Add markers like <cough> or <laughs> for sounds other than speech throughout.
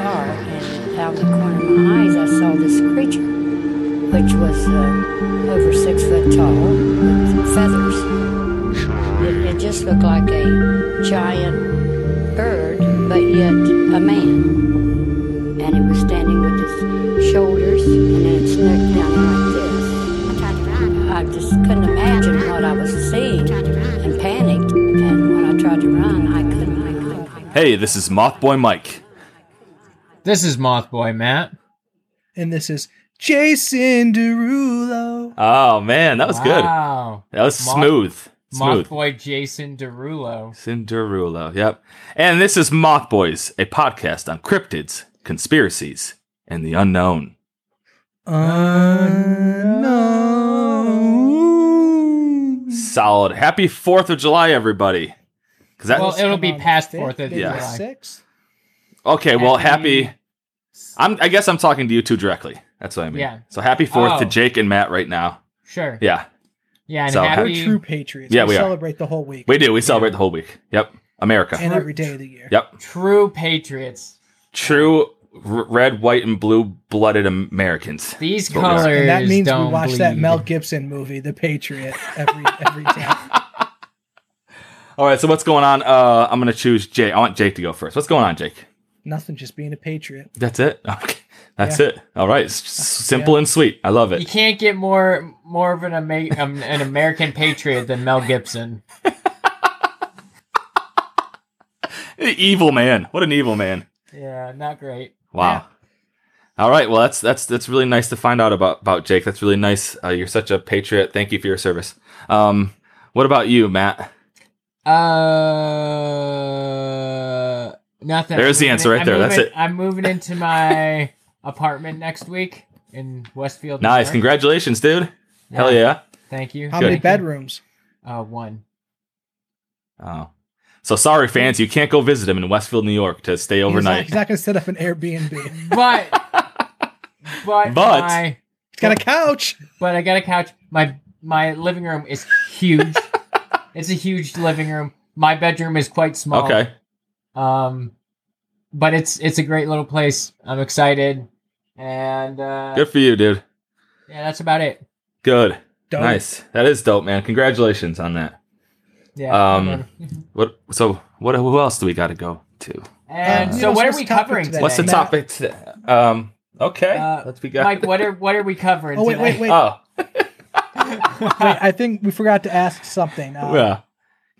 uh, out the corner of my eyes, I saw this creature, which was uh, over six foot tall with feathers. It, it just looked like a giant bird, but yet a man. And it was standing with its shoulders and then its neck down like this. I just couldn't imagine what I was seeing and panicked. And when I tried to run, I couldn't. I couldn't. Hey, this is Mothboy Mike. This is Mothboy Matt. And this is Jason Derulo. Oh man, that was good. Wow. That was Moth- smooth. Smooth. Mothboy Jason Derulo. Cinderulo. Yep. And this is Mothboys, a podcast on cryptids, conspiracies, and the unknown. Unknown. Solid. Happy Fourth of July, everybody. Because that Well, was, it'll be On the past fifth Fourth of and the Yeah. July. Sixth. okay. Well, happy. happy- I'm. I guess I'm talking to you two directly. That's what I mean. Yeah. So happy Fourth to Oh. Jake and Matt right now. Sure. Yeah, Yeah, and So- We're happy. true patriots. Yeah, we are. celebrate the whole week we do. We celebrate the whole week. Yep. America. and every day of the year. Yep. true patriots. True. r- Red, white, and blue-blooded Americans. These But we are. colors And that means we don't watch that bleed. Mel Gibson movie, The Patriot, <laughs> every every time. All right, so what's going on? Uh, I'm gonna choose Jake. I want Jake to go first. What's going on, Jake? Nothing, just being a patriot. That's it. <laughs> Okay, that's Yeah. it. All right, S- s- simple and sweet. I love <laughs> You it. can't get more more of an ama- um, an American patriot than Mel Gibson. E-, Evil man. What an evil man. Yeah, not great. Wow. All right. Well, that's that's that's really nice to find out about about Jake. That's really nice. Uh, you're such a patriot. Thank you for your service. Um, what about you, Matt? Uh, nothing. There's the I'm answer moving- right there. I'm That's moving- it. I'm moving into my <laughs> apartment next week in Westfield. New Nice. York. Congratulations, dude. Hell yeah. Thank you. How Good. many Thank you. bedrooms? Uh, one. Oh. So sorry, fans. You can't go visit him in Westfield, New York, to stay He's not- <laughs> overnight. He's not, going to set up an Airbnb. But But- but my, He's got a couch. but I got a couch. My my living room is <laughs> huge. it's a huge living room. My bedroom is quite small. Okay. Um, but it's it's a great little place. I'm excited, and uh, Good for you, dude. yeah, that's about it. Good. Dope. Nice. That is dope, man. Congratulations on that. Yeah. Um, What? So what? Who else do we got to go to? and uh, so, what are what's we the topic covering today? today? What's the Matt. topic? Today? Um. Okay. Uh, Let's be Mike, what are what are we covering? Oh wait, today? <laughs> wait, wait. Oh. Wait, I think we forgot to ask something. Uh, Yeah.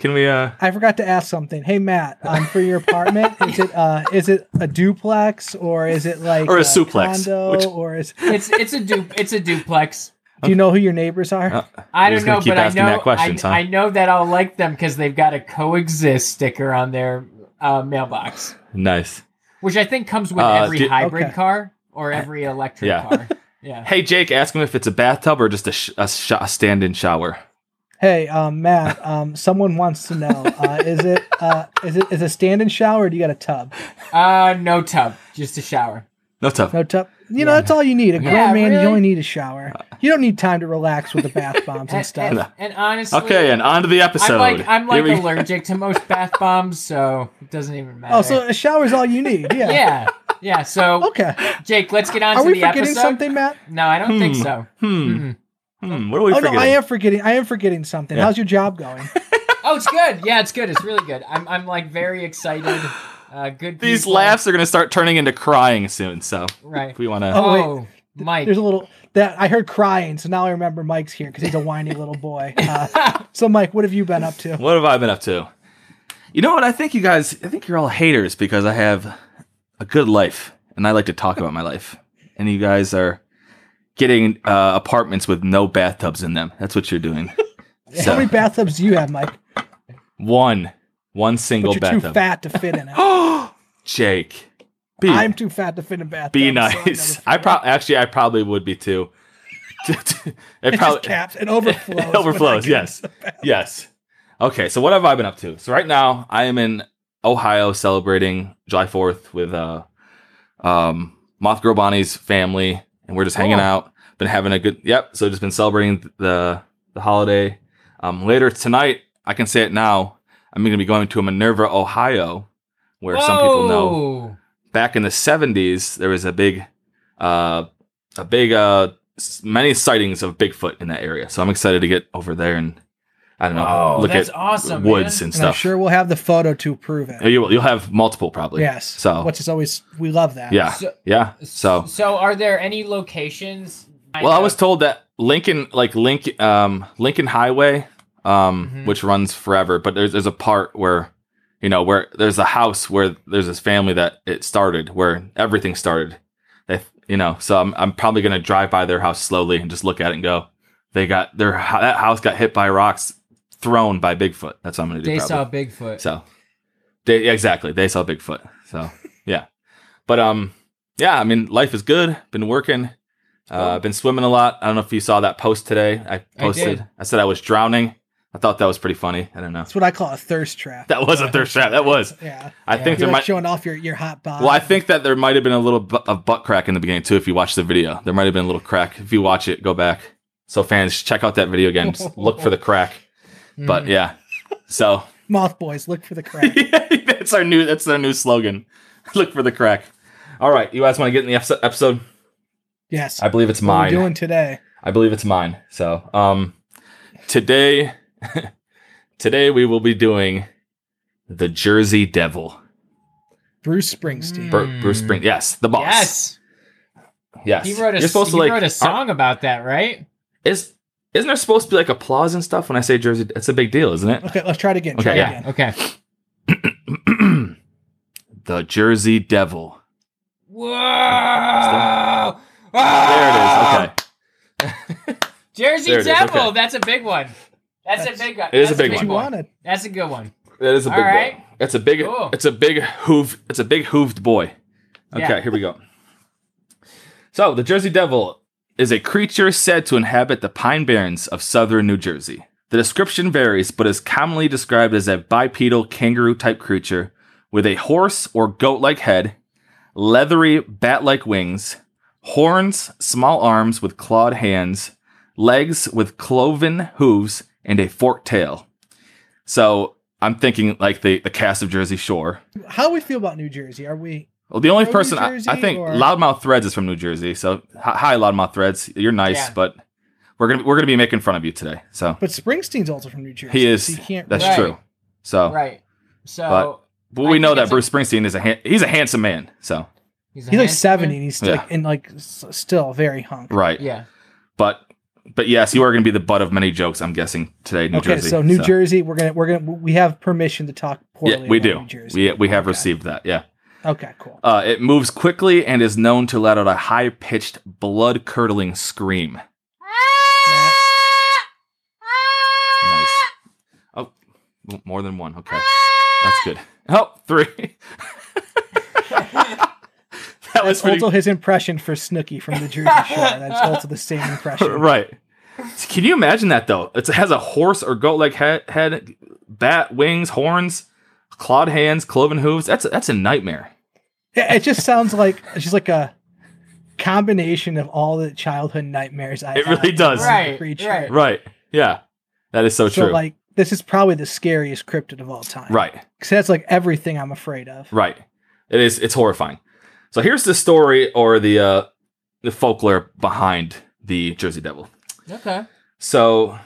Can we? Uh. I forgot to ask something. Hey Matt, um, for your apartment, is it uh, is it a duplex or is it like Or a suplex, condo, which- or is It's it's a du- it's a duplex. do you know who your neighbors are? uh, I You're just don't gonna know, keep but I asking know that question, I, huh? I know that I'll like them because they've got a coexist sticker on their uh, mailbox, Nice. which I think comes with Uh, every do- hybrid Okay. car or every electric Yeah. <laughs> car. Yeah. Hey, Jake. Ask him if it's a bathtub or just a sh- a, sh- a stand-in shower. Hey um, Matt, um, someone wants to know uh, is it uh, is it is a stand-in shower? or Do you got a tub? Uh, no tub, just a shower. No tub. No tub. You know that's all you need. A grown Yeah, man, really? you only need a shower. You don't need time to relax with the bath <laughs> bombs and stuff. And, and honestly, Okay, and on to the episode. I'm like I'm Here like we- allergic to <laughs> most bath bombs, so it doesn't even matter. oh, so a shower's all you need. Yeah. yeah, yeah. So Okay. Jake, let's get on Are to we the forgetting episode. something, Matt? No, I don't think so. Hmm. Hmm. What are we oh forgetting? no, I am forgetting. I am forgetting something. Yeah. How's your job going? Oh, it's good. Yeah, it's good. It's really good. I'm, I'm like very excited. Uh, good. These people. laughs are gonna start turning into crying soon. So Right. if we want to. Oh, wait. Oh, Mike. There's a little that I heard crying, so now I remember Mike's here because he's a whiny little boy. Uh, so, Mike, what have you been up to? What have I been up to? You know what? I think you guys, I think you're all haters because I have a good life and I like to talk about my life. And you guys are getting uh, apartments with no bathtubs in them. That's what you're doing. <laughs> How So, many bathtubs do you have, Mike? one, one single But you're too bathtub. fat to fit <laughs> in it. <gasps> Jake, be, I'm too fat to fit in a bathtub. be so <laughs> I'm nice. never- I probably, actually, I probably would be too. <laughs> it It just caps. <laughs> It overflows. It Oh overflows. Yes. Yes. Okay. So what have I been up to? So right now I am in Ohio celebrating July 4th with uh, um, Moth Girl Bonnie's family, and we're just hanging Cool. out. Been having a good. Yep. So just been celebrating the the holiday. Um, later tonight, I can say it now. I'm going to be going to Minerva, Ohio, where some people know Whoa. back in the 70s, there was a big, uh, a big, uh, s- many sightings of Bigfoot in that area. So I'm excited to get over there and I don't know, Oh, look that's at awesome, woods man. and And I'm stuff. Oh, sure we'll have the photo to prove it. you, will- you'll have multiple probably. Yes. So which is always we love that. yeah, So- yeah. So so are there any locations? well, I was told that Lincoln, like Link, um, Lincoln Highway, um, Mhm. which runs forever, but there's there's a part where, you know, where there's a house where there's this family that it started, where everything started. They, you know, so I'm I'm probably gonna drive by their house slowly and just look at it and go, they got their ho- that house got hit by rocks, thrown by Bigfoot. That's what I'm gonna do. They probably. saw Bigfoot. So, they, yeah, exactly, they saw Bigfoot. <laughs> So, yeah, but um, yeah, I mean, life is good. Been working. Uh, been swimming a lot. I don't know if you saw that post today. I posted. I, did. said I was drowning. I thought that was pretty funny. I don't know. <laughs> That's what I call a thirst trap. That was a thirst trap. That was. yeah. I Yeah. think You're there like might. showing off your, your hot body. Well, I think that there might have been a little bu- of butt crack in the beginning too. If you watch the video, there might have been a little crack. If you watch it, go back. So fans, check out that video again. Just Look for the crack. Hmm. But yeah, so Moth boys, look for the crack. <laughs> that's our new that's their new slogan. <laughs> Look for the crack. All right, you guys want to get in the episode- episode? yes. I believe it's what we're mine. doing today. I believe it's mine. So, um today <laughs> today we will be doing the Jersey Devil. Bruce Springsteen. Bur- Bruce Spring. Yes, the boss. Hmm. Yes, Yes. he wrote a, You're supposed to he like wrote a aren't- song about that, right? Is isn't there supposed to be like applause and stuff when I say Jersey? It's a big deal, isn't it? Okay, let's try it again. Okay, Try it yeah. again. Okay. the Jersey Devil. Whoa! There it is. Okay. Jersey There it is, Devil. okay. That's a big one. That's, That's- a big one. It is That's a big What you one. wanted. That's a good one. That is a All big boy. right. It's a big Cool. it's a big hoof it's a big hooved boy. Okay, Yeah. here we go. So the Jersey Devil is a creature said to inhabit the Pine Barrens of southern New Jersey. The description varies, but is commonly described as a bipedal kangaroo type creature with a horse or goat like head, leathery bat like wings, horns, small arms with clawed hands, legs with cloven hooves, and a forked tail. So I'm thinking like the, the cast of Jersey Shore. How we feel about New Jersey? Are we Well, the only From New person I, Jersey, I think or- Loudmouth Threads is from New Jersey. So hi, hi, Loudmouth Threads, you're nice, Yeah. but we're gonna we're gonna be making fun of you today. So but Springsteen's also from New Jersey. he is. so you can't that's Right. true. So, Right. So But- but I we think know that it's a- Bruce Springsteen is a han- he's a handsome man. So he's, a he's like handsome seventy man. and he's Yeah. like and like s- still very hunk. right, Yeah. but but yes, you are gonna be the butt of many jokes. I'm guessing today, New okay, Jersey. so New Jersey, we're gonna we're gonna we have permission to talk poorly. Yeah, we about do. New Jersey. We, we have Okay. received that. Yeah. Okay, cool. Uh, it moves quickly and is known to let out a high pitched, blood curdling scream. Matt, Nice. Oh, m- more than one. Okay. That's good. Oh, three. <laughs> that was that's pretty also his impression for Snooky from <laughs> the Jersey Shore. That's also the same <laughs> impression. <laughs> right. Can you imagine that though? It's, it has a horse or goat like head, head, bat wings, horns, clawed hands, cloven hooves. That's that's a nightmare. Yeah, it just sounds like it's just like a combination of all the childhood nightmares I It had really does. as a Right, creature. right. Right. Yeah. That is so, So true. like this is probably the scariest cryptid of all time. right. Because that's like everything I'm afraid of. Right. It is. It's horrifying. So here's the story or the uh, the folklore behind the Jersey Devil. Okay. So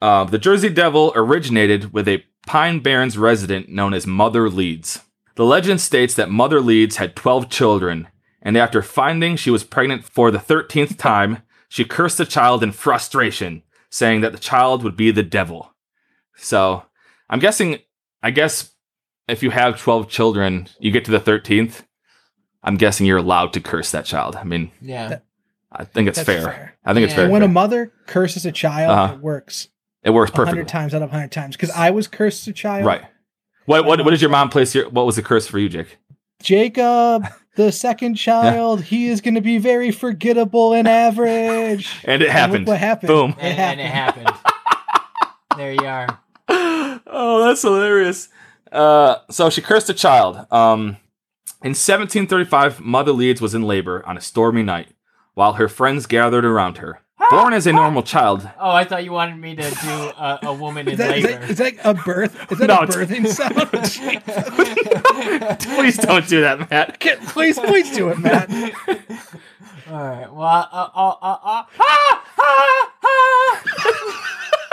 uh, the Jersey Devil originated with a Pine Barrens resident known as Mother Leeds. The legend states that Mother Leeds had 12 children, and after finding she was pregnant for the 13th time, she cursed the child in frustration, saying that the child would be the devil. So I'm guessing, I guess if you have 12 children, you get to the 13th. I'm guessing you're allowed to curse that child. I mean, Yeah. That- I think it's That's fair. fair. I think it's Yeah. fair. And when a mother curses a child, Uh-huh. it works it works a perfectly. hundred times out of hundred times. Because I was cursed as a child. Right. What what what did your mom place your what was the curse for you, Jake? <laughs> Jacob, the second child, he is going to be very forgettable and average. And <laughs> it And look happened. what happened? Boom. It and, and it happened. happened. <laughs> there you are. <gasps> oh, that's hilarious. Uh, so she cursed a child. Um, in 1735, Mother Leeds was in labor on a stormy night while her friends gathered around her. Born as a normal child. Oh, I thought you wanted me to do a, a woman in Is that, is, labor. that, is that a birth? Is that No, a it's- <laughs> birthing sound? Please don't do that, Matt. <laughs> please, please do it, Matt. All right. Well, uh, uh, uh, uh, uh, ah, ah, ah.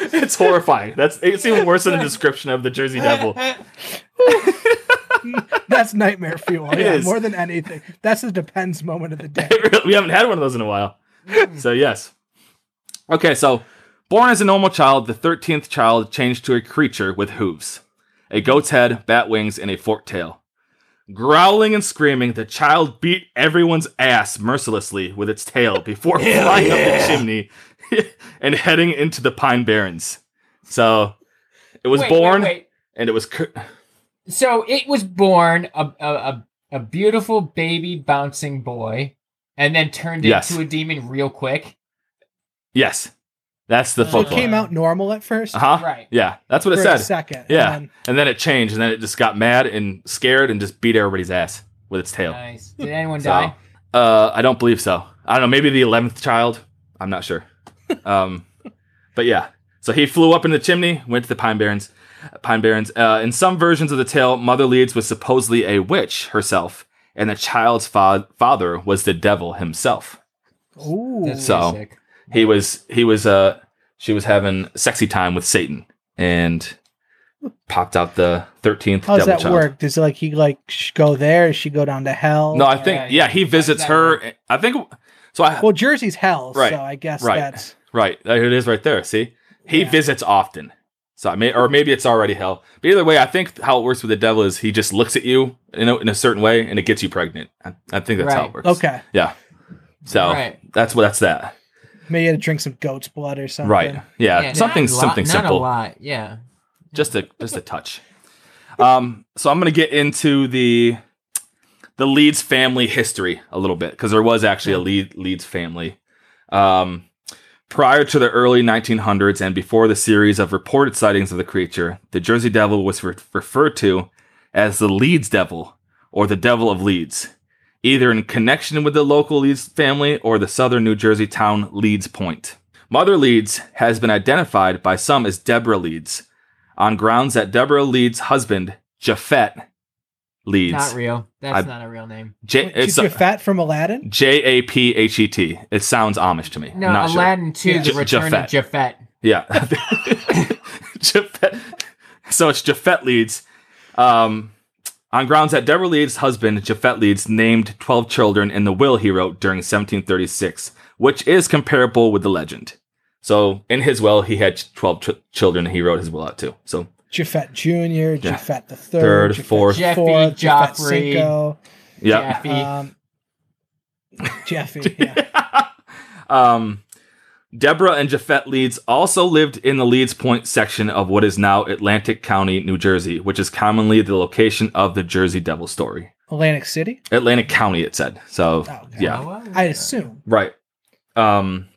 It's horrifying. That's it's even worse than the description of the Jersey Devil. That's nightmare fuel. It yeah, is. more than anything. That's the depends moment of <laughs> the day. we haven't had one of those in a while. Mm. So yes. Okay, so born as a normal child, the thirteenth child changed to a creature with hooves, a goat's head, bat wings, and a forked tail. Growling and screaming, the child beat everyone's ass mercilessly with its tail before flying up the chimney <laughs> and heading into the pine barrens. So it was Wait, wait, born wait. and it was cur- So it was born a a, a a beautiful baby bouncing boy, and then turned Yes. into a demon <laughs> real quick. yes, that's the So it So it folklore. came out normal at first. uh huh. Right. Yeah, that's what it for said. a second. Yeah. And And then it changed, and then it just got mad and scared and just beat everybody's ass with its tail. Nice. Did anyone So- die? Uh, I don't believe so. I don't know. Maybe the eleventh child. I'm not <laughs> sure. Um, but yeah. So he flew up in the chimney, went to the pine barrens. Pine barrens. Uh, in some versions of the tale, Mother Leeds was supposedly a witch herself, and the child's fa- father was the devil himself. then- ooh. That's So- pretty sick. He was. He was. Uh, she was having sexy time with Satan, and popped out the thirteenth. How does devil that child. work? Does like he like sh- go there? Does she go down to hell? No, I All think right. yeah, he visits that her. I think so. I Well, Jersey's hell, Right, so I guess right. that's right there it is right there. See, he Yeah. visits often. So I may or maybe it's already hell. But either way, I think how it works with the devil is he just looks at you in a, in a certain way and it gets you pregnant. I, I think that's how Right. it works. okay. So Right. that's what that's that. Maybe you had to drink some goat's blood or something. Right. Yeah. something not a lot- something not simple. a lot. Yeah. just a just a touch. Um, so I'm gonna get into the the Leeds family history a little bit because there was actually a Leed, Leeds family. Um, prior to the early 1900s and before the series of reported sightings of the creature, the Jersey Devil was re- referred to as the Leeds Devil or the Devil of Leeds, either in connection with the local Leeds family or the southern New Jersey town Leeds Point. Mother Leeds has been identified by some as Deborah Leeds, on grounds that Deborah Leeds' husband, Jafet Not Leeds, real. That's I- not a real name. J- Wait, it's She's your fat from Aladdin. J A P H E T. It sounds Amish to me. No, I'm not sure. Aladdin too. Yeah. The J- Return of Jafet. Yeah. <laughs> Jafet. So it's Jafet Leeds. Um, on grounds that Deborah Leeds' husband, Jafet Leeds, named 12 children in the will he wrote during 1736, which is comparable with the legend. So in his will, he had 12 ch- children he wrote his will out to. So Jafet Junior, Jafet the third, Third, Jafet fourth. Jaffe, Jeffy, Jafet Joffrey. Cinco, yeah. Jaffe. um, <laughs> Jeffy. Yeah. um, Deborah and Jafet Leeds also lived in the Leeds Point section of what is now Atlantic County, New Jersey, which is commonly the location of the Jersey Devil story. Atlantic City. Atlantic Atlantic County, it said. So, Oh, okay. yeah. Oh, I assume. Right. Um,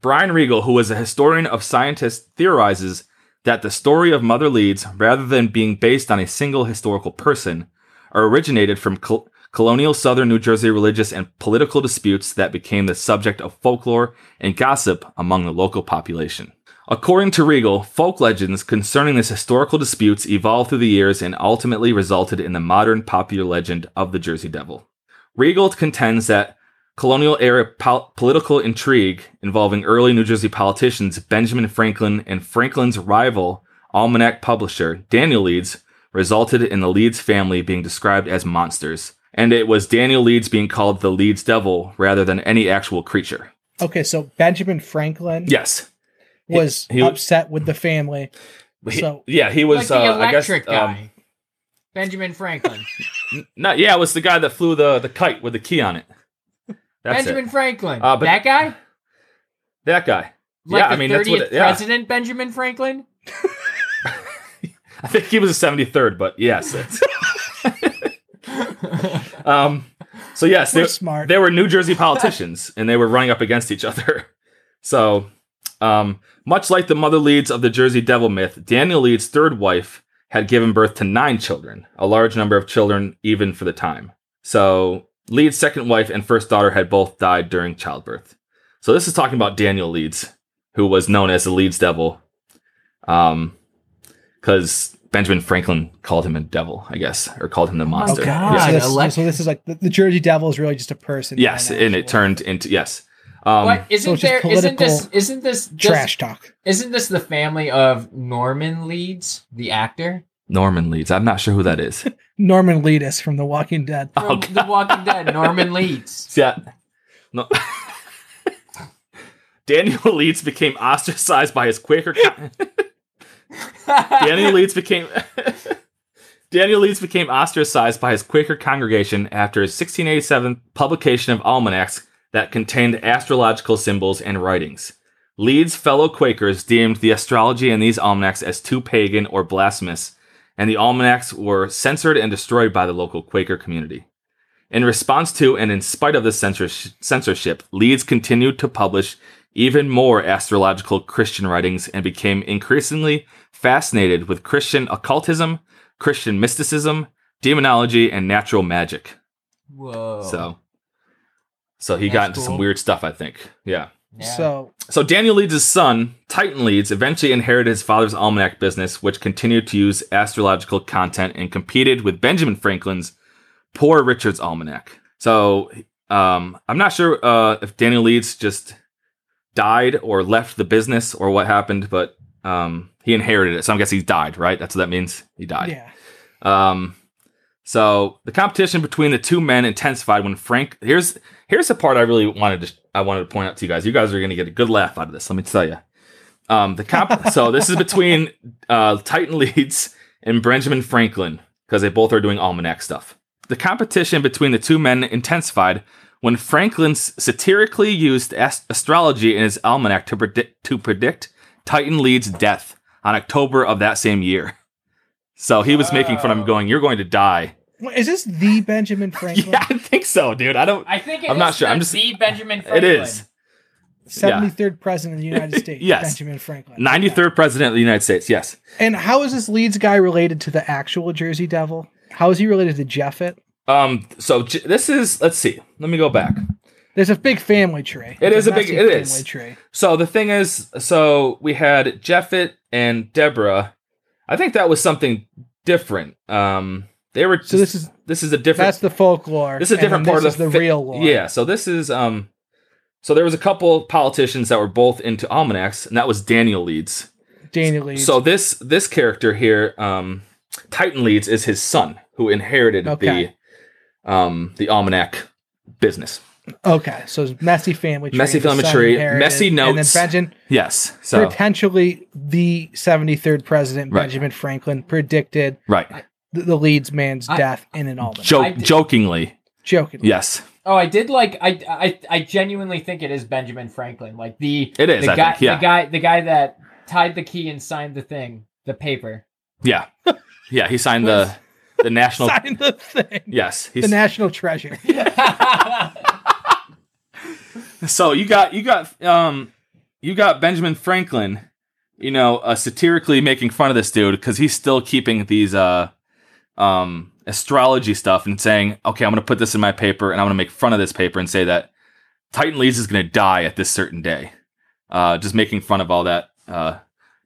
Brian Regal, who is a historian of scientists, theorizes that the story of Mother Leeds, rather than being based on a single historical person, originated from col- colonial southern New Jersey religious and political disputes that became the subject of folklore and gossip among the local population. According to Regal, folk legends concerning these historical disputes evolved through the years and ultimately resulted in the modern popular legend of the Jersey Devil. Regal contends that colonial era pol- political intrigue involving early New Jersey politicians Benjamin Franklin and Franklin's rival almanac publisher Daniel Leeds resulted in the Leeds family being described as monsters, and it was Daniel Leeds being called the Leeds Devil rather than any actual creature. Okay, so Benjamin Franklin Yes, was he- he- upset with the family. He- So- yeah, he was like the uh, I guess, electric um, guy, Benjamin Franklin. No, yeah, it was the guy that flew the, the kite with the key on it. <laughs> That's Benjamin it. Franklin. Uh, but- that guy, That guy. like yeah, the I mean 30th that's what. It, yeah, president, Benjamin Franklin. <laughs> I think he was a seventy third, but yes. it's- um, so yes, We're there, smart. they were New Jersey politicians, <laughs> and they were running up against each other. <laughs> So, um, much like the mother Leeds of the Jersey Devil myth, Daniel Leeds' third wife had given birth to nine children, a large number of children even for the time. So Leeds' second wife and first daughter had both died during childbirth. So this is talking about Daniel Leeds, who was known as the Leeds Devil, um, because Benjamin Franklin called him a devil, I guess, or called him the Oh, monster. God. Yeah. so, this, elect- so this is like the, the Jersey Devil is really just a person. Yes, not and it actual turned into yes. Um, what so isn't it's just there? Isn't this? political Isn't this just, trash talk. Isn't this the family of Norman Leeds, the actor Norman Leeds. I'm not sure who that is. Norman Leedus from The Walking Dead. Oh, from The <laughs> Walking Dead? Norman Leeds. Yeah. No. <laughs> Daniel <laughs> Leeds became ostracized by his Quaker. co- Daniel Leeds became. <laughs> Daniel Leeds became ostracized by his Quaker congregation after his 1687 publication of almanacs that contained astrological symbols and writings. Leeds' fellow Quakers deemed the astrology in these almanacs as too pagan or blasphemous, and the almanacs were censored and destroyed by the local Quaker community. In response to and in spite of the censors- censorship, Leeds continued to publish even more astrological Christian writings and became increasingly fascinated with Christian occultism, Christian mysticism, demonology, and natural magic. Whoa. So, so he Oh. That's got into some cool. weird stuff, I think. Yeah. Yeah. So So Daniel Leeds' son, Titan Leeds, eventually inherited his father's almanac business, which continued to use astrological content and competed with Benjamin Franklin's Poor Richard's Almanac. So um, I'm not sure uh, if Daniel Leeds just died or left the business or what happened, but um, he inherited it. So I guess he died, right? That's what that means. He died. yeah, Um, so the competition between the two men intensified when Frank. Here's here's the part I really wanted to I wanted to point out to you guys. You guys are going to get a good laugh out of this. Let me tell you. Um, the comp. so this is between uh, Titan Leeds and Benjamin Franklin because they both are doing almanac stuff. The competition between the two men intensified when Franklin s- satirically used ast- astrology in his almanac to predict to predict Titan Leeds' death on October of that same year. So he was making fun of him, Wow. going, "You're going to die." Wait, is this the <laughs> Benjamin Franklin? Yeah, I think so, dude. I don't. I think it I'm is not sure. the I'm just- the Benjamin. It Franklin. is. Seventy third president of <laughs> the United States. Yes. Benjamin Franklin. 93rd president of the United States. Yes. And how is this Leeds guy related to the actual Jersey Devil? How is he related to Jeffett? Um. So J- this is. Let's see. Let me go back. There's a big family tree. It is a big- messy it is. family tree. So the thing is, so we had Jeffett and Deborah. I think that was something different. Um. They were. Just, So this is this is a different. that's the folklore. This is a and then different part this of is the fi- real lore. Yeah, so this is um so there was a couple politicians that were both into almanacs, and that was Daniel Leeds. Daniel Leeds. So this this character here, um Titan Leeds is his son who inherited Okay. the um the almanac business. okay, so it's messy family tree. Messy the family son tree, inherited, messy and then notes. Benjamin, Yes. So potentially the seventy third president Right. Benjamin Franklin predicted right. the, the Leeds man's I- death in an almanac. Jo- I did- jokingly. Jokingly, Yes. Oh, I did like I I I genuinely think it is Benjamin Franklin. Like the It is, the I guy think, yeah. the guy the guy that tied the key and signed the thing, the paper. <laughs> <laughs> Yeah. <laughs> Yeah, he signed the the national <laughs> Sign the thing. Yes. The He's, <laughs> national treasure. <laughs> so you got you got um you got Benjamin Franklin, you know, uh, satirically making fun of this dude because he's still keeping these uh um astrology stuff and saying, okay, I'm gonna put this in my paper and I'm gonna make fun of this paper and say that Titan Leeds is gonna die at this certain day, uh, just making fun of all that uh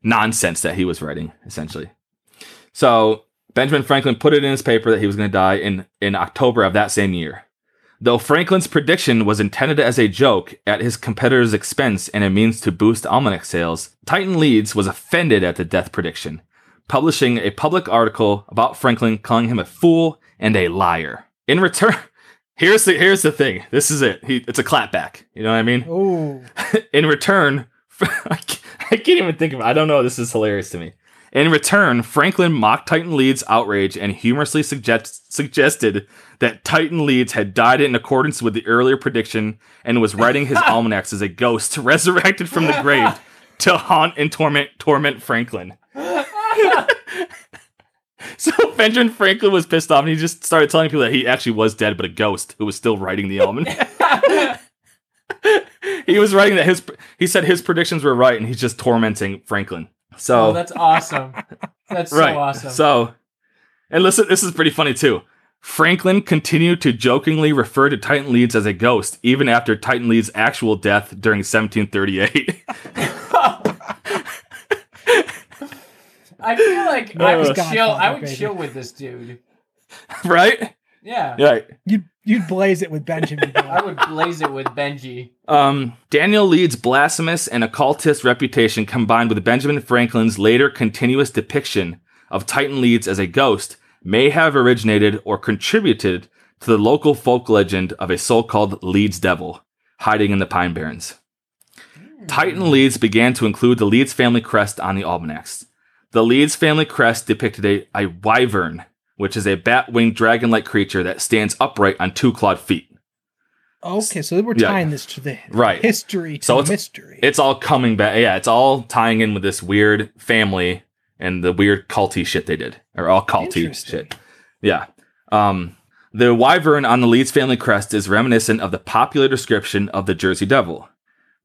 nonsense that he was writing essentially. So Benjamin Franklin put it in his paper that he was going to die in, in October of that same year. Though Franklin's prediction was intended as a joke at his competitor's expense and a means to boost almanac sales, Titan Leeds was offended at the death prediction, publishing a public article about Franklin calling him a fool and a liar. In return, <laughs> here's the here's the thing. This is it. He, it's a clapback. You know what I mean? Oh, in return, <laughs> I can't I can't even think of. I don't know. This is hilarious to me. In return, Franklin mocked Titan Leeds' outrage and humorously suggest, suggested that Titan Leeds had died in accordance with the earlier prediction and was writing his almanacs as a ghost <laughs> resurrected from the grave to haunt and torment torment Franklin. <laughs> So Benjamin Franklin was pissed off and he just started telling people that he actually was dead, but a ghost who was still writing the almanac. he was writing that his he said his predictions were right, and he's just tormenting Franklin. So Oh, that's awesome. That's so awesome. So, and listen, this is pretty funny too. Franklin continued to jokingly refer to Titan Leeds as a ghost, even after Titan Leeds' actual death during 1738. I feel like I would Ugh. chill. I Godfather, would baby. chill with this dude. <laughs> right? Yeah, Right. You'd you'd blaze it <laughs> with Benjamin. Button. I would blaze it with Benji. Um, Daniel Leeds' blasphemous and occultist reputation combined with Benjamin Franklin's later continuous depiction of Titan Leeds as a ghost may have originated or contributed to the local folk legend of a so-called Leeds devil hiding in the Pine Barrens. Titan Leeds began to include the Leeds family crest on the almanacs. The Leeds family crest depicted a, a wyvern, which is a bat-winged dragon-like creature that stands upright on two clawed feet. Okay, so we're Yeah. tying this to the Right. history to So the it's- mystery. it's all coming back. Yeah, it's all tying in with this weird family and the weird culty shit they did, or all culty Interesting. shit. Yeah. Um, the wyvern on the Leeds family crest is reminiscent of the popular description of the Jersey Devil.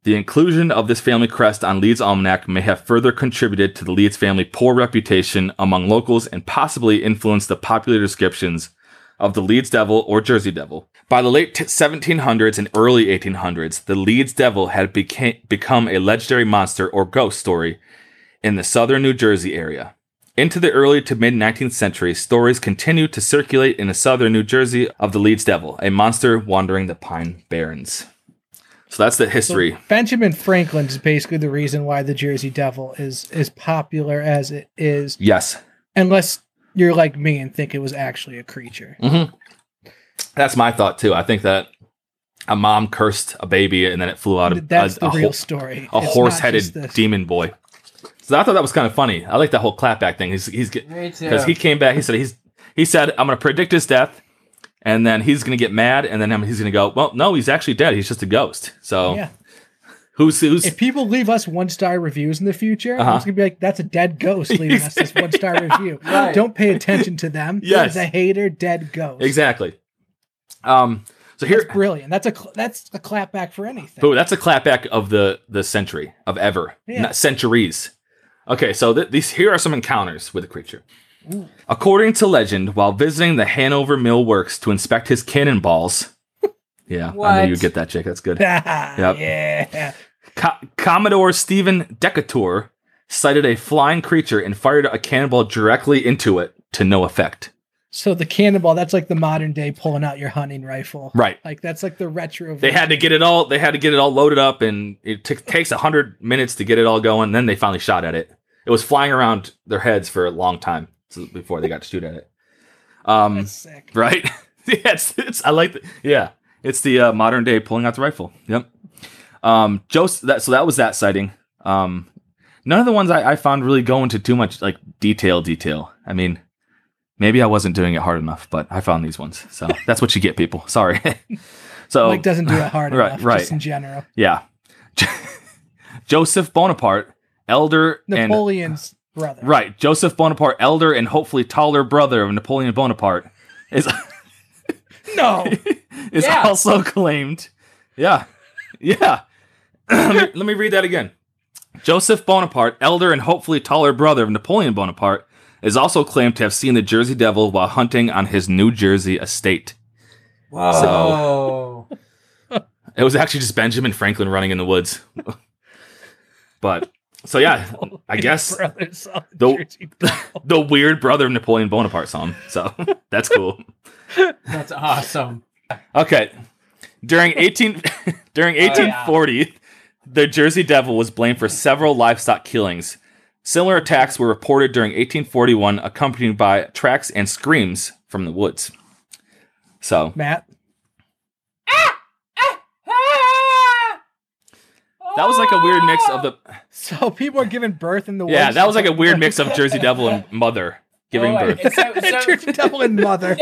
The inclusion of this family crest on Leeds Almanac may have further contributed to the Leeds family poor reputation among locals and possibly influenced the popular descriptions of the Leeds Devil or Jersey Devil. By the late 1700s and early 1800s, the Leeds Devil had became, become a legendary monster or ghost story in the southern New Jersey area. Into the early to mid 19th century, stories continued to circulate in the southern New Jersey of the Leeds Devil, a monster wandering the Pine Barrens. So that's the So history. Benjamin Franklin is basically the reason why the Jersey Devil is is popular as it is, Yes, unless you're like me and think it was actually a creature. that's my thought too. I think that a mom cursed a baby and then it flew out of That's a, the a real whole- story. a It's not horse-headed just this. demon boy. So I thought that was kind of funny. I like that whole clapback thing. He's he's because Me too. he came back. He said he's he said I'm gonna predict his death, and then he's gonna get mad, and then him- he's gonna go. Well, no, he's actually dead. He's just a ghost. So Yeah. who's who's If people leave us one star reviews in the future, Uh-huh. I'm just gonna be like, "That's a dead ghost leaving us this <laughs> one star review." Right. Don't pay attention to them. Yes. it's a hater, dead ghost. exactly? Um. So That's here, brilliant. That's a cl- that's a clapback for anything. boo. That's a clapback of the the century of ever, Yeah. not centuries. Okay, so th- these here are some encounters with the creature. According to legend, while visiting the Hanover Mill Works to inspect his cannonballs, <laughs> yeah, I What? knew you'd get that, Jake. That's good. <laughs> Yeah. Co- Commodore Stephen Decatur sighted a flying creature and fired a cannonball directly into it to no effect. So the cannonball, that's like the modern day pulling out your hunting rifle. Right. Like that's like the retro. They had to get it all. They had to get it all loaded up, and it t- takes a hundred minutes to get it all going. Then they finally shot at it. It was flying around their heads for a long time so- before they got to shoot at it. Um, That's sick. right? <laughs> yeah, it's, it's I like the yeah. It's the uh, modern day pulling out the rifle. Yep. Um, Joseph. That, so that was that sighting. Um, none of the ones I, I found really go into too much like detail. Detail. I mean, maybe I wasn't doing it hard enough, but I found these ones. So that's what you get, people. Sorry. <laughs> so Mike <laughs> doesn't do it hard Right, enough. right. Just in general, yeah, <laughs> Joseph Bonaparte, elder and uh, Napoleon's brother. Right. Joseph Bonaparte, elder and hopefully taller brother of Napoleon Bonaparte, is <laughs> No. is Yeah. also claimed. Yeah. Yeah. <clears throat> let, me, let me read that again. Joseph Bonaparte, elder and hopefully taller brother of Napoleon Bonaparte, is also claimed to have seen the Jersey Devil while hunting on his New Jersey estate. Whoa. It was actually just Benjamin Franklin running in the woods. <laughs> but so yeah, I guess <laughs> Brothers. on the Don't- Jersey Devil. the weird brother of Napoleon Bonaparte saw him. So <laughs> that's cool. That's awesome. Okay. During 18 <laughs> during 1840, the Jersey Devil was blamed for several livestock killings. Similar attacks were reported during 1841 accompanied by tracks and screams from the woods. So, Matt. that was like a weird mix of the So people are giving birth in the Yeah, woods. that was like a weird mix of Jersey Devil and mother <laughs> giving Oh, birth. <laughs> and so- so- Jersey Devil and <laughs> mother.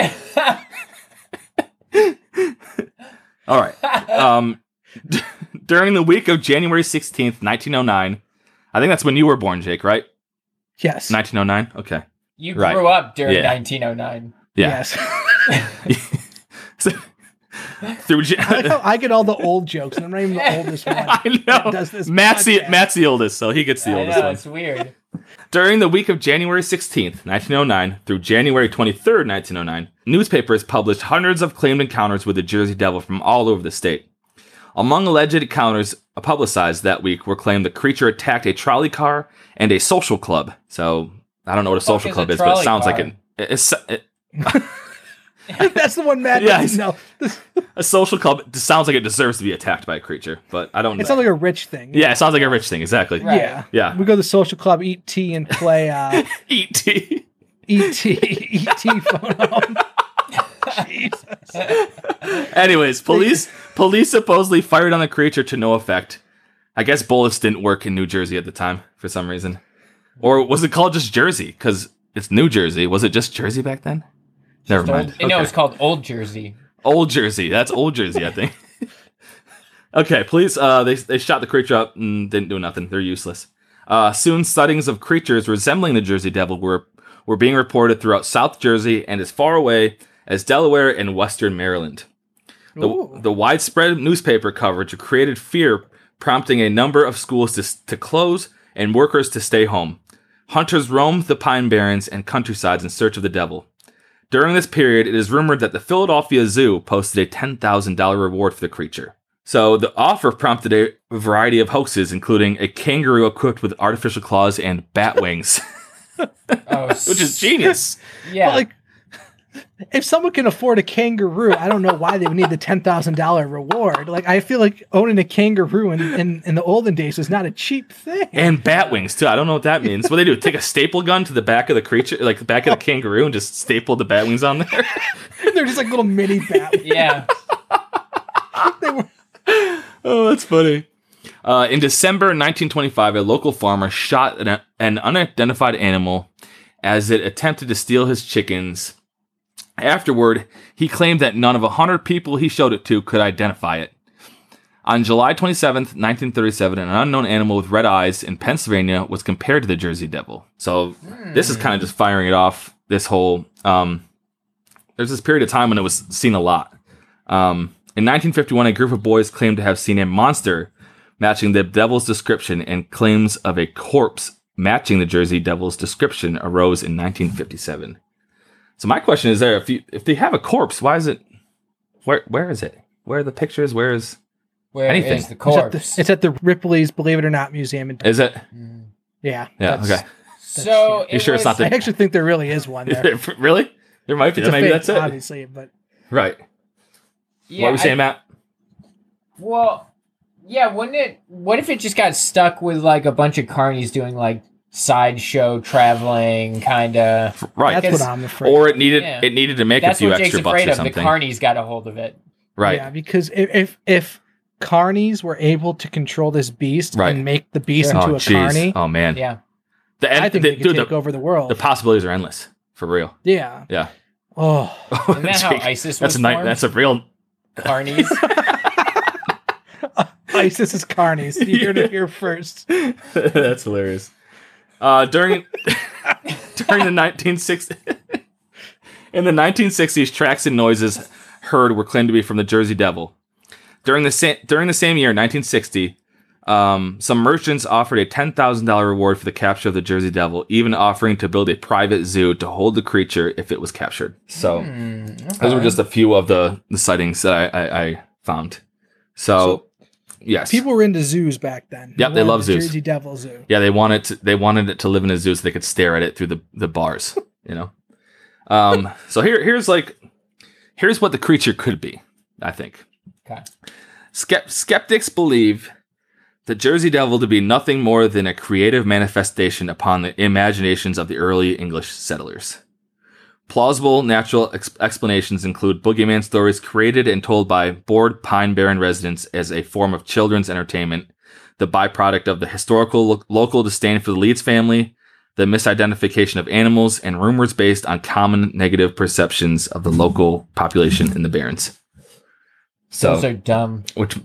All right. Um, <laughs> d- during the week of January 16th, 1909, I think that's when you were born, Jake, right? Yes. 1909? Okay. you Right. oh grew up <laughs> during Yeah. 1909. Yeah. Yes. So, <laughs> Through J- I, like how I get all the old jokes, and I'm not even the oldest one. <laughs> I know. that does this Matt's the, podcast. Matt's the oldest, so he gets the I oldest know one. it's weird. During the week of January 16th, 1909 through January 23rd, 1909, newspapers published hundreds of claimed encounters with the Jersey Devil from all over the state. Among alleged encounters publicized that week were claimed the creature attacked a trolley car and a social club. So, I don't know what a fuck social is club a is, but it trolley sounds car? like an, it's, it- That's the one Matt Yeah, doesn't know. This- a social club it sounds like it deserves to be attacked by a creature, but I don't It know. sounds like a rich thing. yeah, it sounds like a rich thing, exactly. Right. Yeah. Yeah. <laughs> We go to the social club, eat tea, and <laughs> play uh, E E.T. ET, ET phone home. Jesus. Anyways, police police supposedly fired on the creature to no effect. I guess bullets didn't work in New Jersey at the time for some reason, or was it called just Jersey? Because it's New Jersey. Was it just Jersey back then? Never mind. Old, No, Okay. it's called Old Jersey. Old Jersey. That's Old Jersey, I think. <laughs> okay, police. Uh, they they shot the creature up and didn't do nothing. They're useless. Uh, soon sightings of creatures resembling the Jersey Devil were were being reported throughout South Jersey and as far away as Delaware and Western Maryland. The, Ooh. the widespread newspaper coverage created fear, prompting a number of schools to, to close and workers to stay home. Hunters roamed the pine barrens and countrysides in search of the devil. During this period, it is rumored that the Philadelphia Zoo posted a $10,000 reward for the creature. So the offer prompted a variety of hoaxes, including a kangaroo equipped with artificial claws and <laughs> bat wings, Oh, <laughs> which is genius. yeah. But, like, if someone can afford a kangaroo, I don't know why they would need the ten thousand dollar reward. Like, I feel like owning a kangaroo in, in, in the olden days was not a cheap thing. <laughs> And bat wings too. I don't know what that means. What they do? Take a staple gun to the back of the creature, like the back of the kangaroo, and just staple the bat wings on there. They're just like little mini <laughs> bat. yeah. They were oh, that's funny. Uh, in December 1925, a local farmer shot an, an unidentified animal as it attempted to steal his chickens. Afterward, he claimed that none of 100 people he showed it to could identify it. On July 27th, 1937, an unknown animal with red eyes in Pennsylvania was compared to the Jersey Devil. So this is kind of just firing it off. This whole um, there's this period of time when it was seen a lot. Um, in 1951, a group of boys claimed to have seen a monster matching the devil's description, and claims of a corpse matching the Jersey Devil's description arose in 1957. So my question is: There, if you if they have a corpse, why is it? Where where is it? Where are the pictures? Where is Where is Anything. the it's at, the, corpse? it's at the Ripley's Believe It or Not Museum. In, is it? Mm. yeah. Yeah. that's- Okay. so You it sure it's was- not I actually think there really is <laughs> one there. really? There might be. It's a Maybe fake, that's it. obviously, but Right. Yeah, what were we I- saying, Matt? Well, yeah, wouldn't it? What if it just got stuck with like a bunch of carnies doing like sideshow traveling kind of? Right. that's guess- what I'm afraid. or it needed Yeah. it needed to make a That's few what Jake's extra bucks afraid or of. The something. carnies got a hold <laughs> of it. right. Yeah, because if if, if carnies were able to control this beast Right. and make the beast Sure. Oh into a jeez. carny, Oh man. Yeah, The, I and, think the, they could dude, take the, over the world. the possibilities are endless for real. yeah. Yeah. Oh, <laughs> isn't that Jake, how ISIS was that's a night. formed? That's a real. carnies. <laughs> ISIS is carnies. You heard it here first. that's hilarious. Uh, during during the 1960s, in the 1960s, tracks and noises heard were claimed to be from the Jersey Devil. During the sa- during the same year, 1960, um, some merchants offered a ten thousand dollar reward for the capture of the Jersey Devil, even offering to build a private zoo to hold the creature if it was captured. So. Oh. Hmm, Those were just a few of the, the sightings that I, I, I found. So, yes, People were into zoos back then. Yep, they wanted love the zoos. Jersey Devil Zoo. yeah, they wanted to, they wanted it to live in a zoo so they could stare at it through the, the bars, you know. Um, so here here's like here's what the creature could be. I think Okay. Skep- skeptics believe the Jersey Devil to be nothing more than a creative manifestation upon the imaginations of the early English settlers. Plausible natural ex- explanations include boogeyman stories created and told by bored Pine Barren residents as a form of children's entertainment, the byproduct of the historical lo- local disdain for the Leeds family, the misidentification of animals, and rumors based on common negative perceptions of the local population in the Barrens. So, Those are dumb. which,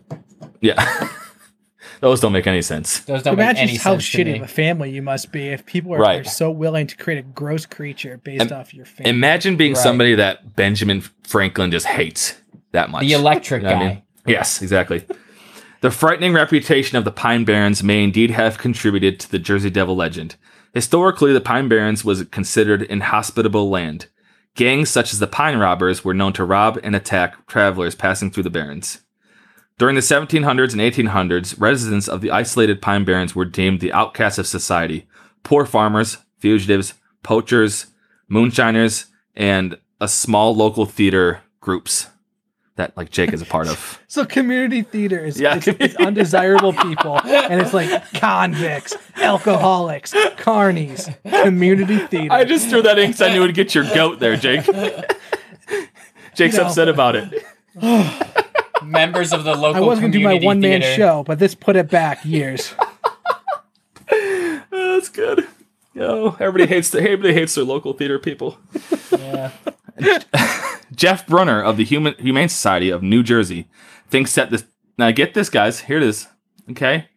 yeah, <laughs> those don't make any sense. Those don't make Imagine any just how sense to shitty me. of a family you must be if people are, Right. are so willing to create a gross creature based Im- off your family. Imagine being Right. somebody that Benjamin Franklin just hates. that much. The electric You know what guy. I mean? Yes, exactly. the frightening reputation of the Pine Barrens may indeed have contributed to the Jersey Devil legend. Historically, the Pine Barrens was considered inhospitable land. Gangs such as the Pine Robbers were known to rob and attack travelers passing through the Barrens. During the 1700s and 1800s, residents of the isolated Pine Barrens were deemed the outcasts of society, poor farmers, fugitives, poachers, moonshiners, and a small local theater groups that like Jake is a part of. So community theater is Yeah. it's, it's undesirable people, and it's like convicts, alcoholics, carnies, community theater. I just threw that in because I knew it would get your goat there, <laughs> Jake. Jake's No. upset about it. Members of the local. <laughs> I was gonna do my community one man theater. show, but this put it back years. Oh, that's good. Yo, everybody hates the, everybody hates their local theater people. Yeah. <laughs> Jeff Brunner of the Human Humane Society of New Jersey thinks that this. Now get this, guys. Here it is. Okay.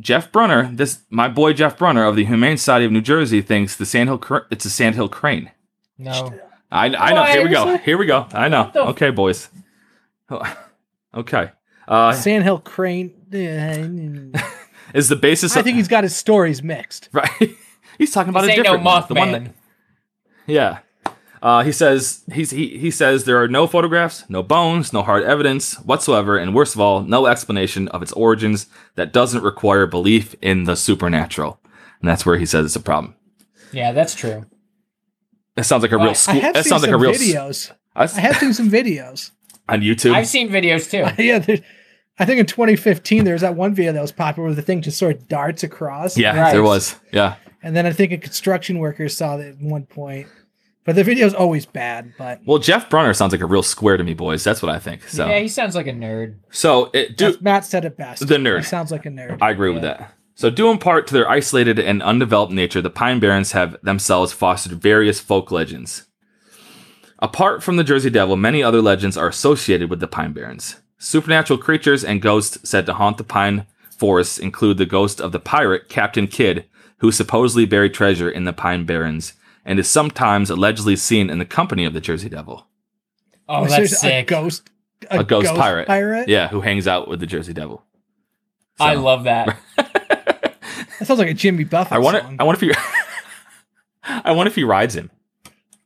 Jeff Brunner, this my boy Jeff Brunner of the Humane Society of New Jersey thinks the sandhill cr- it's a sandhill crane. No. I, Oh, I know. Why, Here we go. seriously? Here we go. I know. the- Okay, boys. <laughs> Okay. Uh, Sandhill Crane. eh, is the basis? I of- think he's got his stories mixed. <laughs> Right. <laughs> He's talking about a This ain't no different one. The one Mothman. that- yeah. Uh, he says he's, he he says there are no photographs, no bones, no hard evidence whatsoever, and worst of all, no explanation of its origins that doesn't require belief in the supernatural. And that's where he says it's a problem. Yeah, that's true. That sounds like a Well, real I school. have That seen sounds like some a real s- videos. I I s- have seen some videos. <laughs> on YouTube. I've seen videos too. yeah, there- I think in 2015 there was that one video that was popular where the thing just sort of darts across. yeah, Right. there was. Yeah, And then I think a construction worker saw that at one point. But the video's always bad. But well, Jeff Brunner sounds like a real square to me, boys. That's what I think. So, Yeah, he sounds like a nerd. so it, do, that's- Matt said it best. The nerd. He sounds like a nerd. I agree with that. So, due in part to their isolated and undeveloped nature, the Pine Barrens have themselves fostered various folk legends. Apart from the Jersey Devil, many other legends are associated with the Pine Barrens. Supernatural creatures and ghosts said to haunt the pine forests include the ghost of the pirate Captain Kidd, who supposedly buried treasure in the Pine Barrens and is sometimes allegedly seen in the company of the Jersey Devil. Oh, Was that's there a sick. ghost. A, ghost, pirate. Yeah, who hangs out with the Jersey Devil. <laughs> I So- love that. That sounds like a Jimmy Buffett I wonder. song. I wonder if he. <laughs> I wonder if he rides him.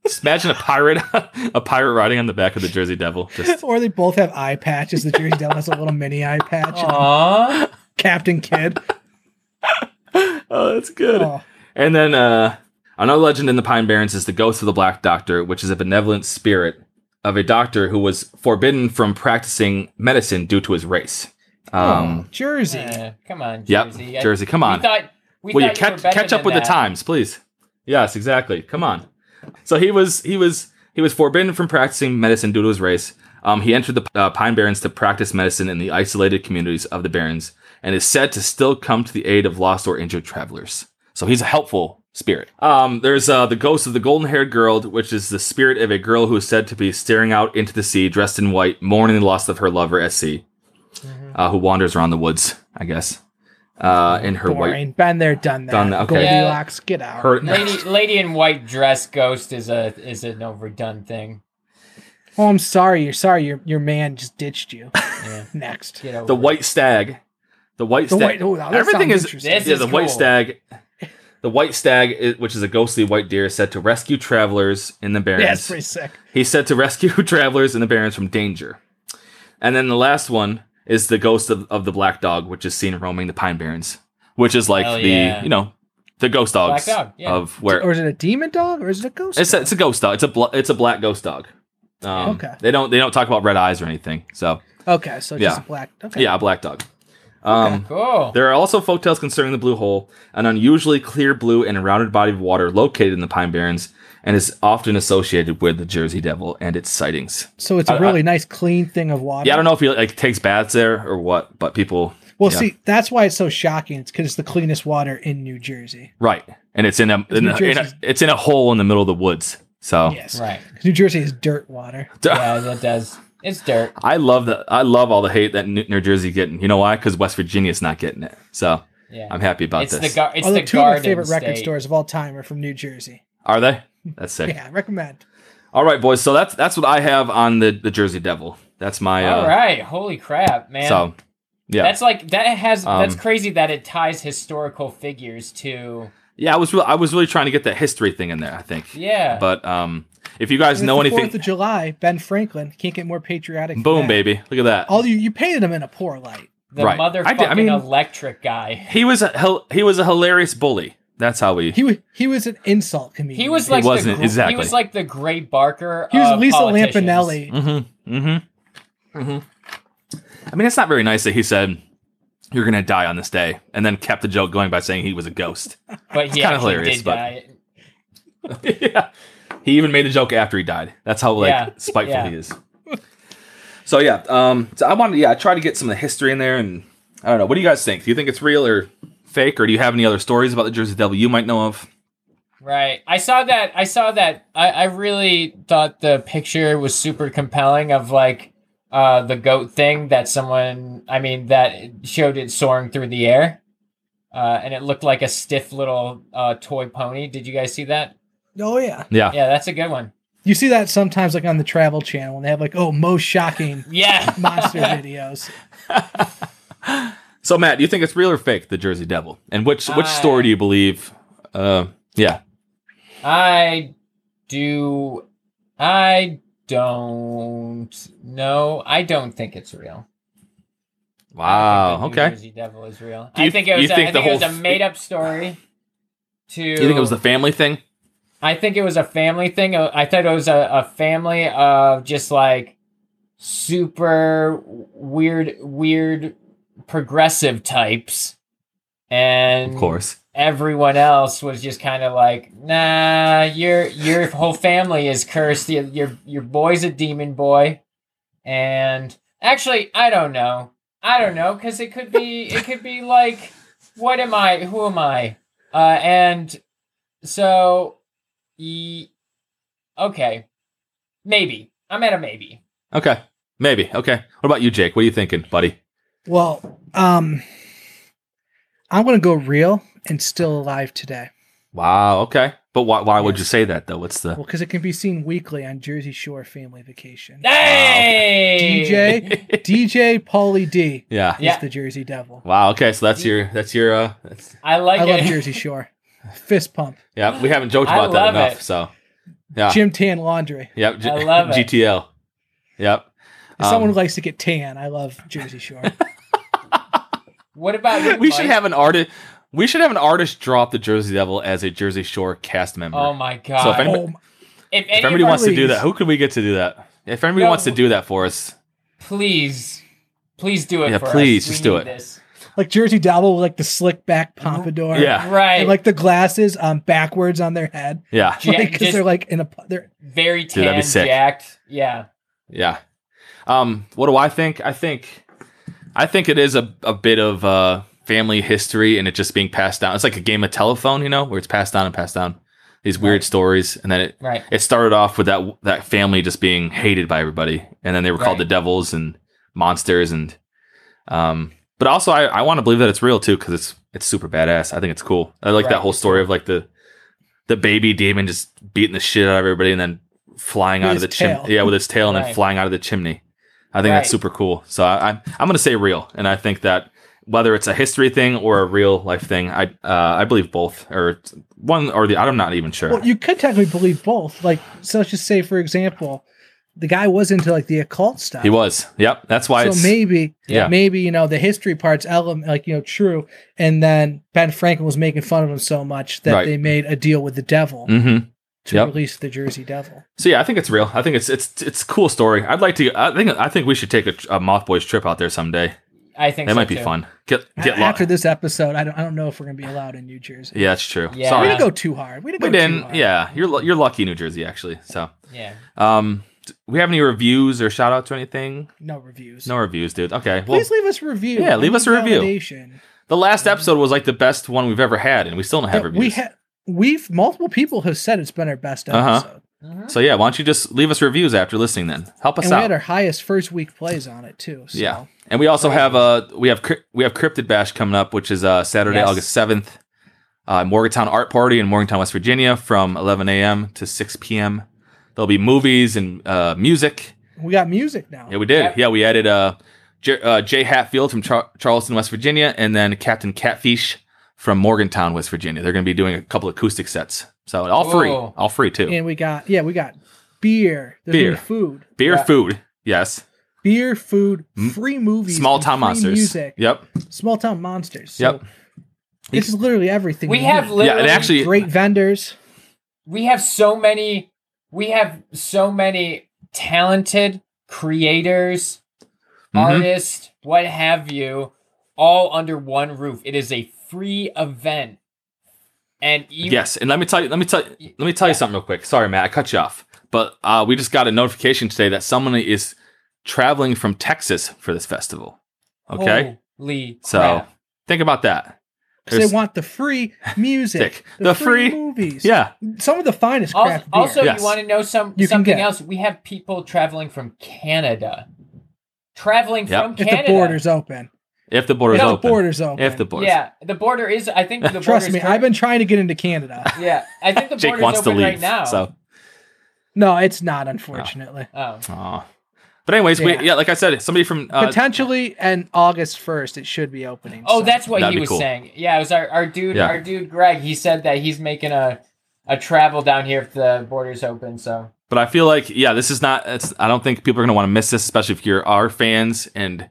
Just imagine a pirate, <laughs> a pirate riding on the back of the Jersey Devil. Just <laughs> <laughs> or they both have eye patches. The Jersey Devil has a little mini eye patch. and Oh. <laughs> Aww. <laughs> Captain Kidd. oh, that's good. Oh, And then uh, another legend in the Pine Barrens is the ghost of the Black Doctor, which is a benevolent spirit of a doctor who was forbidden from practicing medicine due to his race. Um, Jersey. come on, Yep, Oh. Jersey. I- Jersey. Come on. We thought, we Will you thought were catch, better catch up than with that. the times, please? Yes, exactly. Come on. So he was he was he was forbidden from practicing medicine due to his race. Um, he entered the uh, Pine Barrens to practice medicine in the isolated communities of the Barrens, and is said to still come to the aid of lost or injured travelers. So he's a helpful spirit. Um, there's uh, the ghost of the golden-haired girl, which is the spirit of a girl who is said to be staring out into the sea, dressed in white, mourning the loss of her lover at sea, Mm-hmm. uh, who wanders around the woods, I guess, uh, in her white Boring. Been there, done that. Done that, okay. Yeah. Goldilocks, get out. her Lady, lady in white dress ghost is a is an overdone thing. Oh, I'm sorry. You're sorry. Your your man just <laughs> ditched you. Yeah. Next. Get over the it. white stag the white The stag white, oh, that everything sounds is interesting. This yeah is the white cool. stag the white stag i- which is a ghostly white deer is said to rescue travelers in the yeah, barrens it's pretty sick. he's said to rescue <laughs> travelers in the barrens from danger and then the last one is the ghost of, of the black dog which is seen roaming the pine barrens which is like Hell the yeah. you know the ghost dogs dog, yeah. of where Or is it a demon dog or is it a ghost? it's a, dog? it's a ghost dog. It's a bl- it's a black ghost dog. Um, Okay. They don't they don't talk about red eyes or anything. So okay, so just Yeah. a black. Okay. yeah, a black dog. Um, Cool. There are also folktales concerning the Blue Hole, an unusually clear blue and rounded body of water located in the Pine Barrens, and is often associated with the Jersey Devil and its sightings. So it's a I- really nice, clean thing of water. Yeah, I don't know if he like takes baths there or what, but people Well, yeah. see, that's why it's so shocking. It's because it's the cleanest water in New Jersey. right, and it's in a, in New a, in a Jersey's- it's in a hole in the middle of the woods. So Yes. Right. 'Cause New Jersey is dirt water. Yeah, that does. It's dirt. I love that. I love all the hate that New New Jersey getting. You know why? Because West Virginia's not getting it. So Yeah. I'm happy about it's this. the gar- it's Although the two of my garden favorite record state. stores of all time are from New Jersey. are they? That's sick. Yeah, I recommend. All right, boys. So that's that's what I have on the the Jersey Devil. That's my. Uh, All right, holy crap, man. So, yeah, That's like that has that's Um, crazy that it ties historical figures to yeah. I was really, I was really trying to get that history thing in there. I think. yeah. But um, if you guys It's know the anything, Fourth of July, Ben Franklin can't get more patriotic. than boom, that. baby, look at that. All you you painted him in a poor light. the right. I did- motherfucking I mean- electric guy. He was a hel- he was a hilarious bully. That's how we. He was he was an insult comedian. He was like wasn't, the, gr- exactly. He was like the Gray Barker. he was of Lisa politicians. Lampanelli. Mm-hmm. Mm-hmm. Mm-hmm. I mean, it's not very nice that he said you're gonna die on this day, and then kept the joke going by saying he was a ghost. But yeah, kinda he hilarious, did but- die. yeah. He even made the joke after he died. That's how like Yeah, spiteful yeah. he is. <laughs> So yeah, um, so I wanted yeah, I tried to get some of the history in there, and I don't know. What do you guys think? Do you think it's real or fake, or do you have any other stories about the Jersey Devil you might know of? Right. I saw that. I saw that. I, I really thought the picture was super compelling of like uh, the goat thing that someone, I mean, that showed it soaring through the air. Uh, and it looked like a stiff little uh, toy pony. Did you guys see that? Oh yeah, Yeah, Yeah, that's a good one. you see that sometimes like on the Travel Channel, and they have like oh <laughs> most shocking Yeah. <laughs> monster videos. So Matt, do you think it's real or fake, the Jersey Devil? And which which Uh, story do you believe? Uh, yeah, I do. I don't know. I don't think it's real. I wow, don't think the New okay. Jersey Devil is real. Do you- I think it you was. A, think I the think it was whole a f- made up story. To Do you think it was the family thing? I think it was a family thing. Uh, I thought it was a, a family of just like super weird, weird progressive types, and Of course. everyone else was just kind of like, "Nah, your your whole family is cursed. Your, your your boy's a demon boy." And actually, I don't know. I don't know because it could be it could be like, "What am I? Who am I?" Uh, and so, e- okay, maybe I'm at a maybe. Okay, maybe. Okay. What about you, Jake? What are you thinking, buddy? Well, um, I'm gonna go real and still alive today. Wow. Okay. But why why would you say that though? What's the Well, because it can be seen weekly on Jersey Shore Family Vacation. Hey, DJ DJ Paulie D yeah. is Yeah. the Jersey Devil. Wow. Okay. So that's your that's your uh. That's, I like I it. love Jersey Shore. Fist pump. yeah. We haven't joked I about that love enough. it. So yeah. Jim Tan Laundry. yep. I love it. GTL. Yep. As someone who Um, likes to get tan, I love <laughs> Jersey Shore. What about you, we should Mike? have an artist. We should have an artist drop the Jersey Devil as a Jersey Shore cast member. Oh my god! So if anybody- oh, my- If if anybody anybody wants to do please. that, who could we get to do that? If anybody No. wants to do that for us, please, please do it. Yeah, for please, us. We just do need it. This. like Jersey Devil with like the slick back Uh-huh. pompadour. Yeah. Right, And like the glasses um backwards on their head. yeah, Ja- Because just they're <laughs> like in a pu- they're very Dude, that'd tan, be sick. jacked. Yeah, yeah. Um, what do I think? I think, I think it is a, a bit of uh, family history and it just being passed down. It's like a game of telephone, you know, where it's passed down and passed down these weird Right. stories, and then it right. it started off with that that family just being hated by everybody, and then they were called Right. the devils and monsters, and um. But also, I, I want to believe that it's real too because it's it's super badass. I think it's cool. I like that Right. whole story of like the the baby demon just beating the shit out of everybody and then flying With out of the his tail. chimney. Yeah, with his tail and then Right. flying out of the chimney. I think that's Right. super cool. So I, I'm I'm gonna say real, and I think that whether it's a history thing or a real life thing, I uh, I believe both or one or the. I'm not even sure. well, you could technically believe both. Like so let's just say for example, the guy was into like the occult stuff. He was. Yep. That's why So it's maybe, Yeah. maybe you know the history part's element, like you know, true. And then Ben Franklin was making fun of him so much that Right. they made a deal with the devil Mm-hmm. to yep. release the Jersey Devil. So yeah, I think it's real. I think it's it's it's a cool story. I'd like to. I think I think we should take a, tr- a Moth Boys trip out there someday. I think That so might be too. fun. Get get A- lost. After this episode, I don't, I don't know if we're gonna be allowed in New Jersey. yeah, that's true. Yeah. We Sorry, didn't go too hard. We didn't. we go too didn't. hard. Yeah, you're lu- you're lucky, New Jersey, actually. So, Yeah, um, do we have any reviews or shout outs or anything? No reviews. No reviews, dude. Okay. Well, Please leave us a review. Yeah, leave We us a need review. validation. the last episode was like the best one we've ever had, and we still don't have But reviews. We ha- we've multiple people have said it's been our best Uh-huh. episode, so yeah, why don't you just leave us reviews after listening? Then help us and we out. had our highest first week plays on it too. So. Yeah, and we also have uh we have cryp- we have Cryptid Bash coming up, which is uh Saturday, Yes. August seventh, uh, Morgantown Art Party in Morgantown, West Virginia, from eleven a.m. to six p.m. There'll be movies and uh, music. We got music now. Yeah, we did. Yep. Yeah, we added uh, J- uh, Jay Hatfield from Char- Charleston, West Virginia, and then Captain Catfish from Morgantown, West Virginia. They're going to be doing a couple acoustic sets. So all free, Whoa. all free too. And we got yeah, we got beer. There's gonna be Beer. food. Beer, Yeah. food, yes. Beer, food, free movies, Small and town free monsters. Music, Yep. small town monsters. Yep. This is literally everything. We you have need. Yeah, literally and actually, great vendors. we have so many we have so many talented creators Mhm. artists what have you all under one roof it is a free event and even, yes, and let me tell you, let me tell you, let me tell you something real quick. Sorry, Matt, I cut you off. But uh, we just got a notification today that someone is traveling from Texas for this festival. Okay, holy so Oh, crap. think about that. 'cause There's- They want <laughs> the free music, Sick. The free- movies. yeah, some of the finest Al- craft <laughs> beer. also, Yes. you want to know some You can something get- else we have people traveling from canada traveling Yep. from if canada the border's open, if the border's if open, the border's open, if the border's yeah the border is i <laughs> think the trust border me, is I've been trying to get into Canada. <laughs> yeah i think the Jake border's wants to open leave. right now So, No, it's not, unfortunately. oh aw. but anyways, Yeah. we yeah, like I said, somebody from uh, Potentially, and August first, it should be opening. Oh, so. that's what That'd he be was cool. saying. Yeah, it was our, our dude, Yeah. our dude Greg. He said that he's making a a travel down here if the borders open. So but I feel like yeah, this is not. It's, I don't think people are going to want to miss this, especially if you're our fans and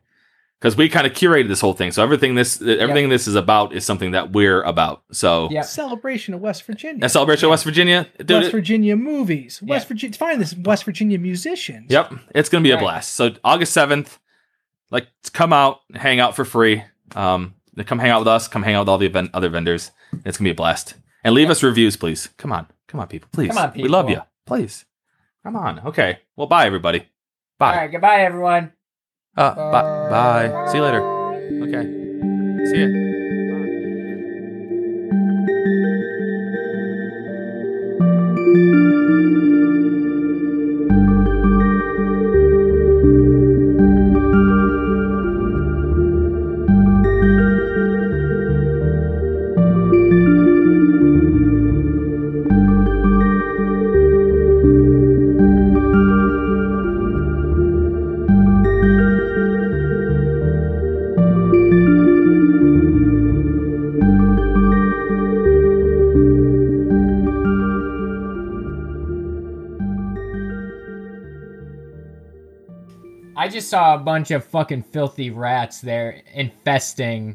because we kind of curated this whole thing. So everything this everything this is about is something that we're about. So yeah, celebration of West Virginia. That's Alberta, West Virginia. Dude, West it- Virginia movies. West Yeah. Virginia. Find this West Virginia musicians. yep, it's gonna be a Right. blast. So August seventh, like come out, hang out for free. Um, come hang out with us. Come hang out with all the event, other vendors. It's gonna be a blast. And leave us reviews, please. Come on, come on, people, please. Come on, We love you, people. please. Come on. Okay. Well, bye, everybody. all Bye. right. Goodbye, everyone. Uh, bye. Bye. See you later. Okay. See ya. I just saw a bunch of fucking filthy rats there infesting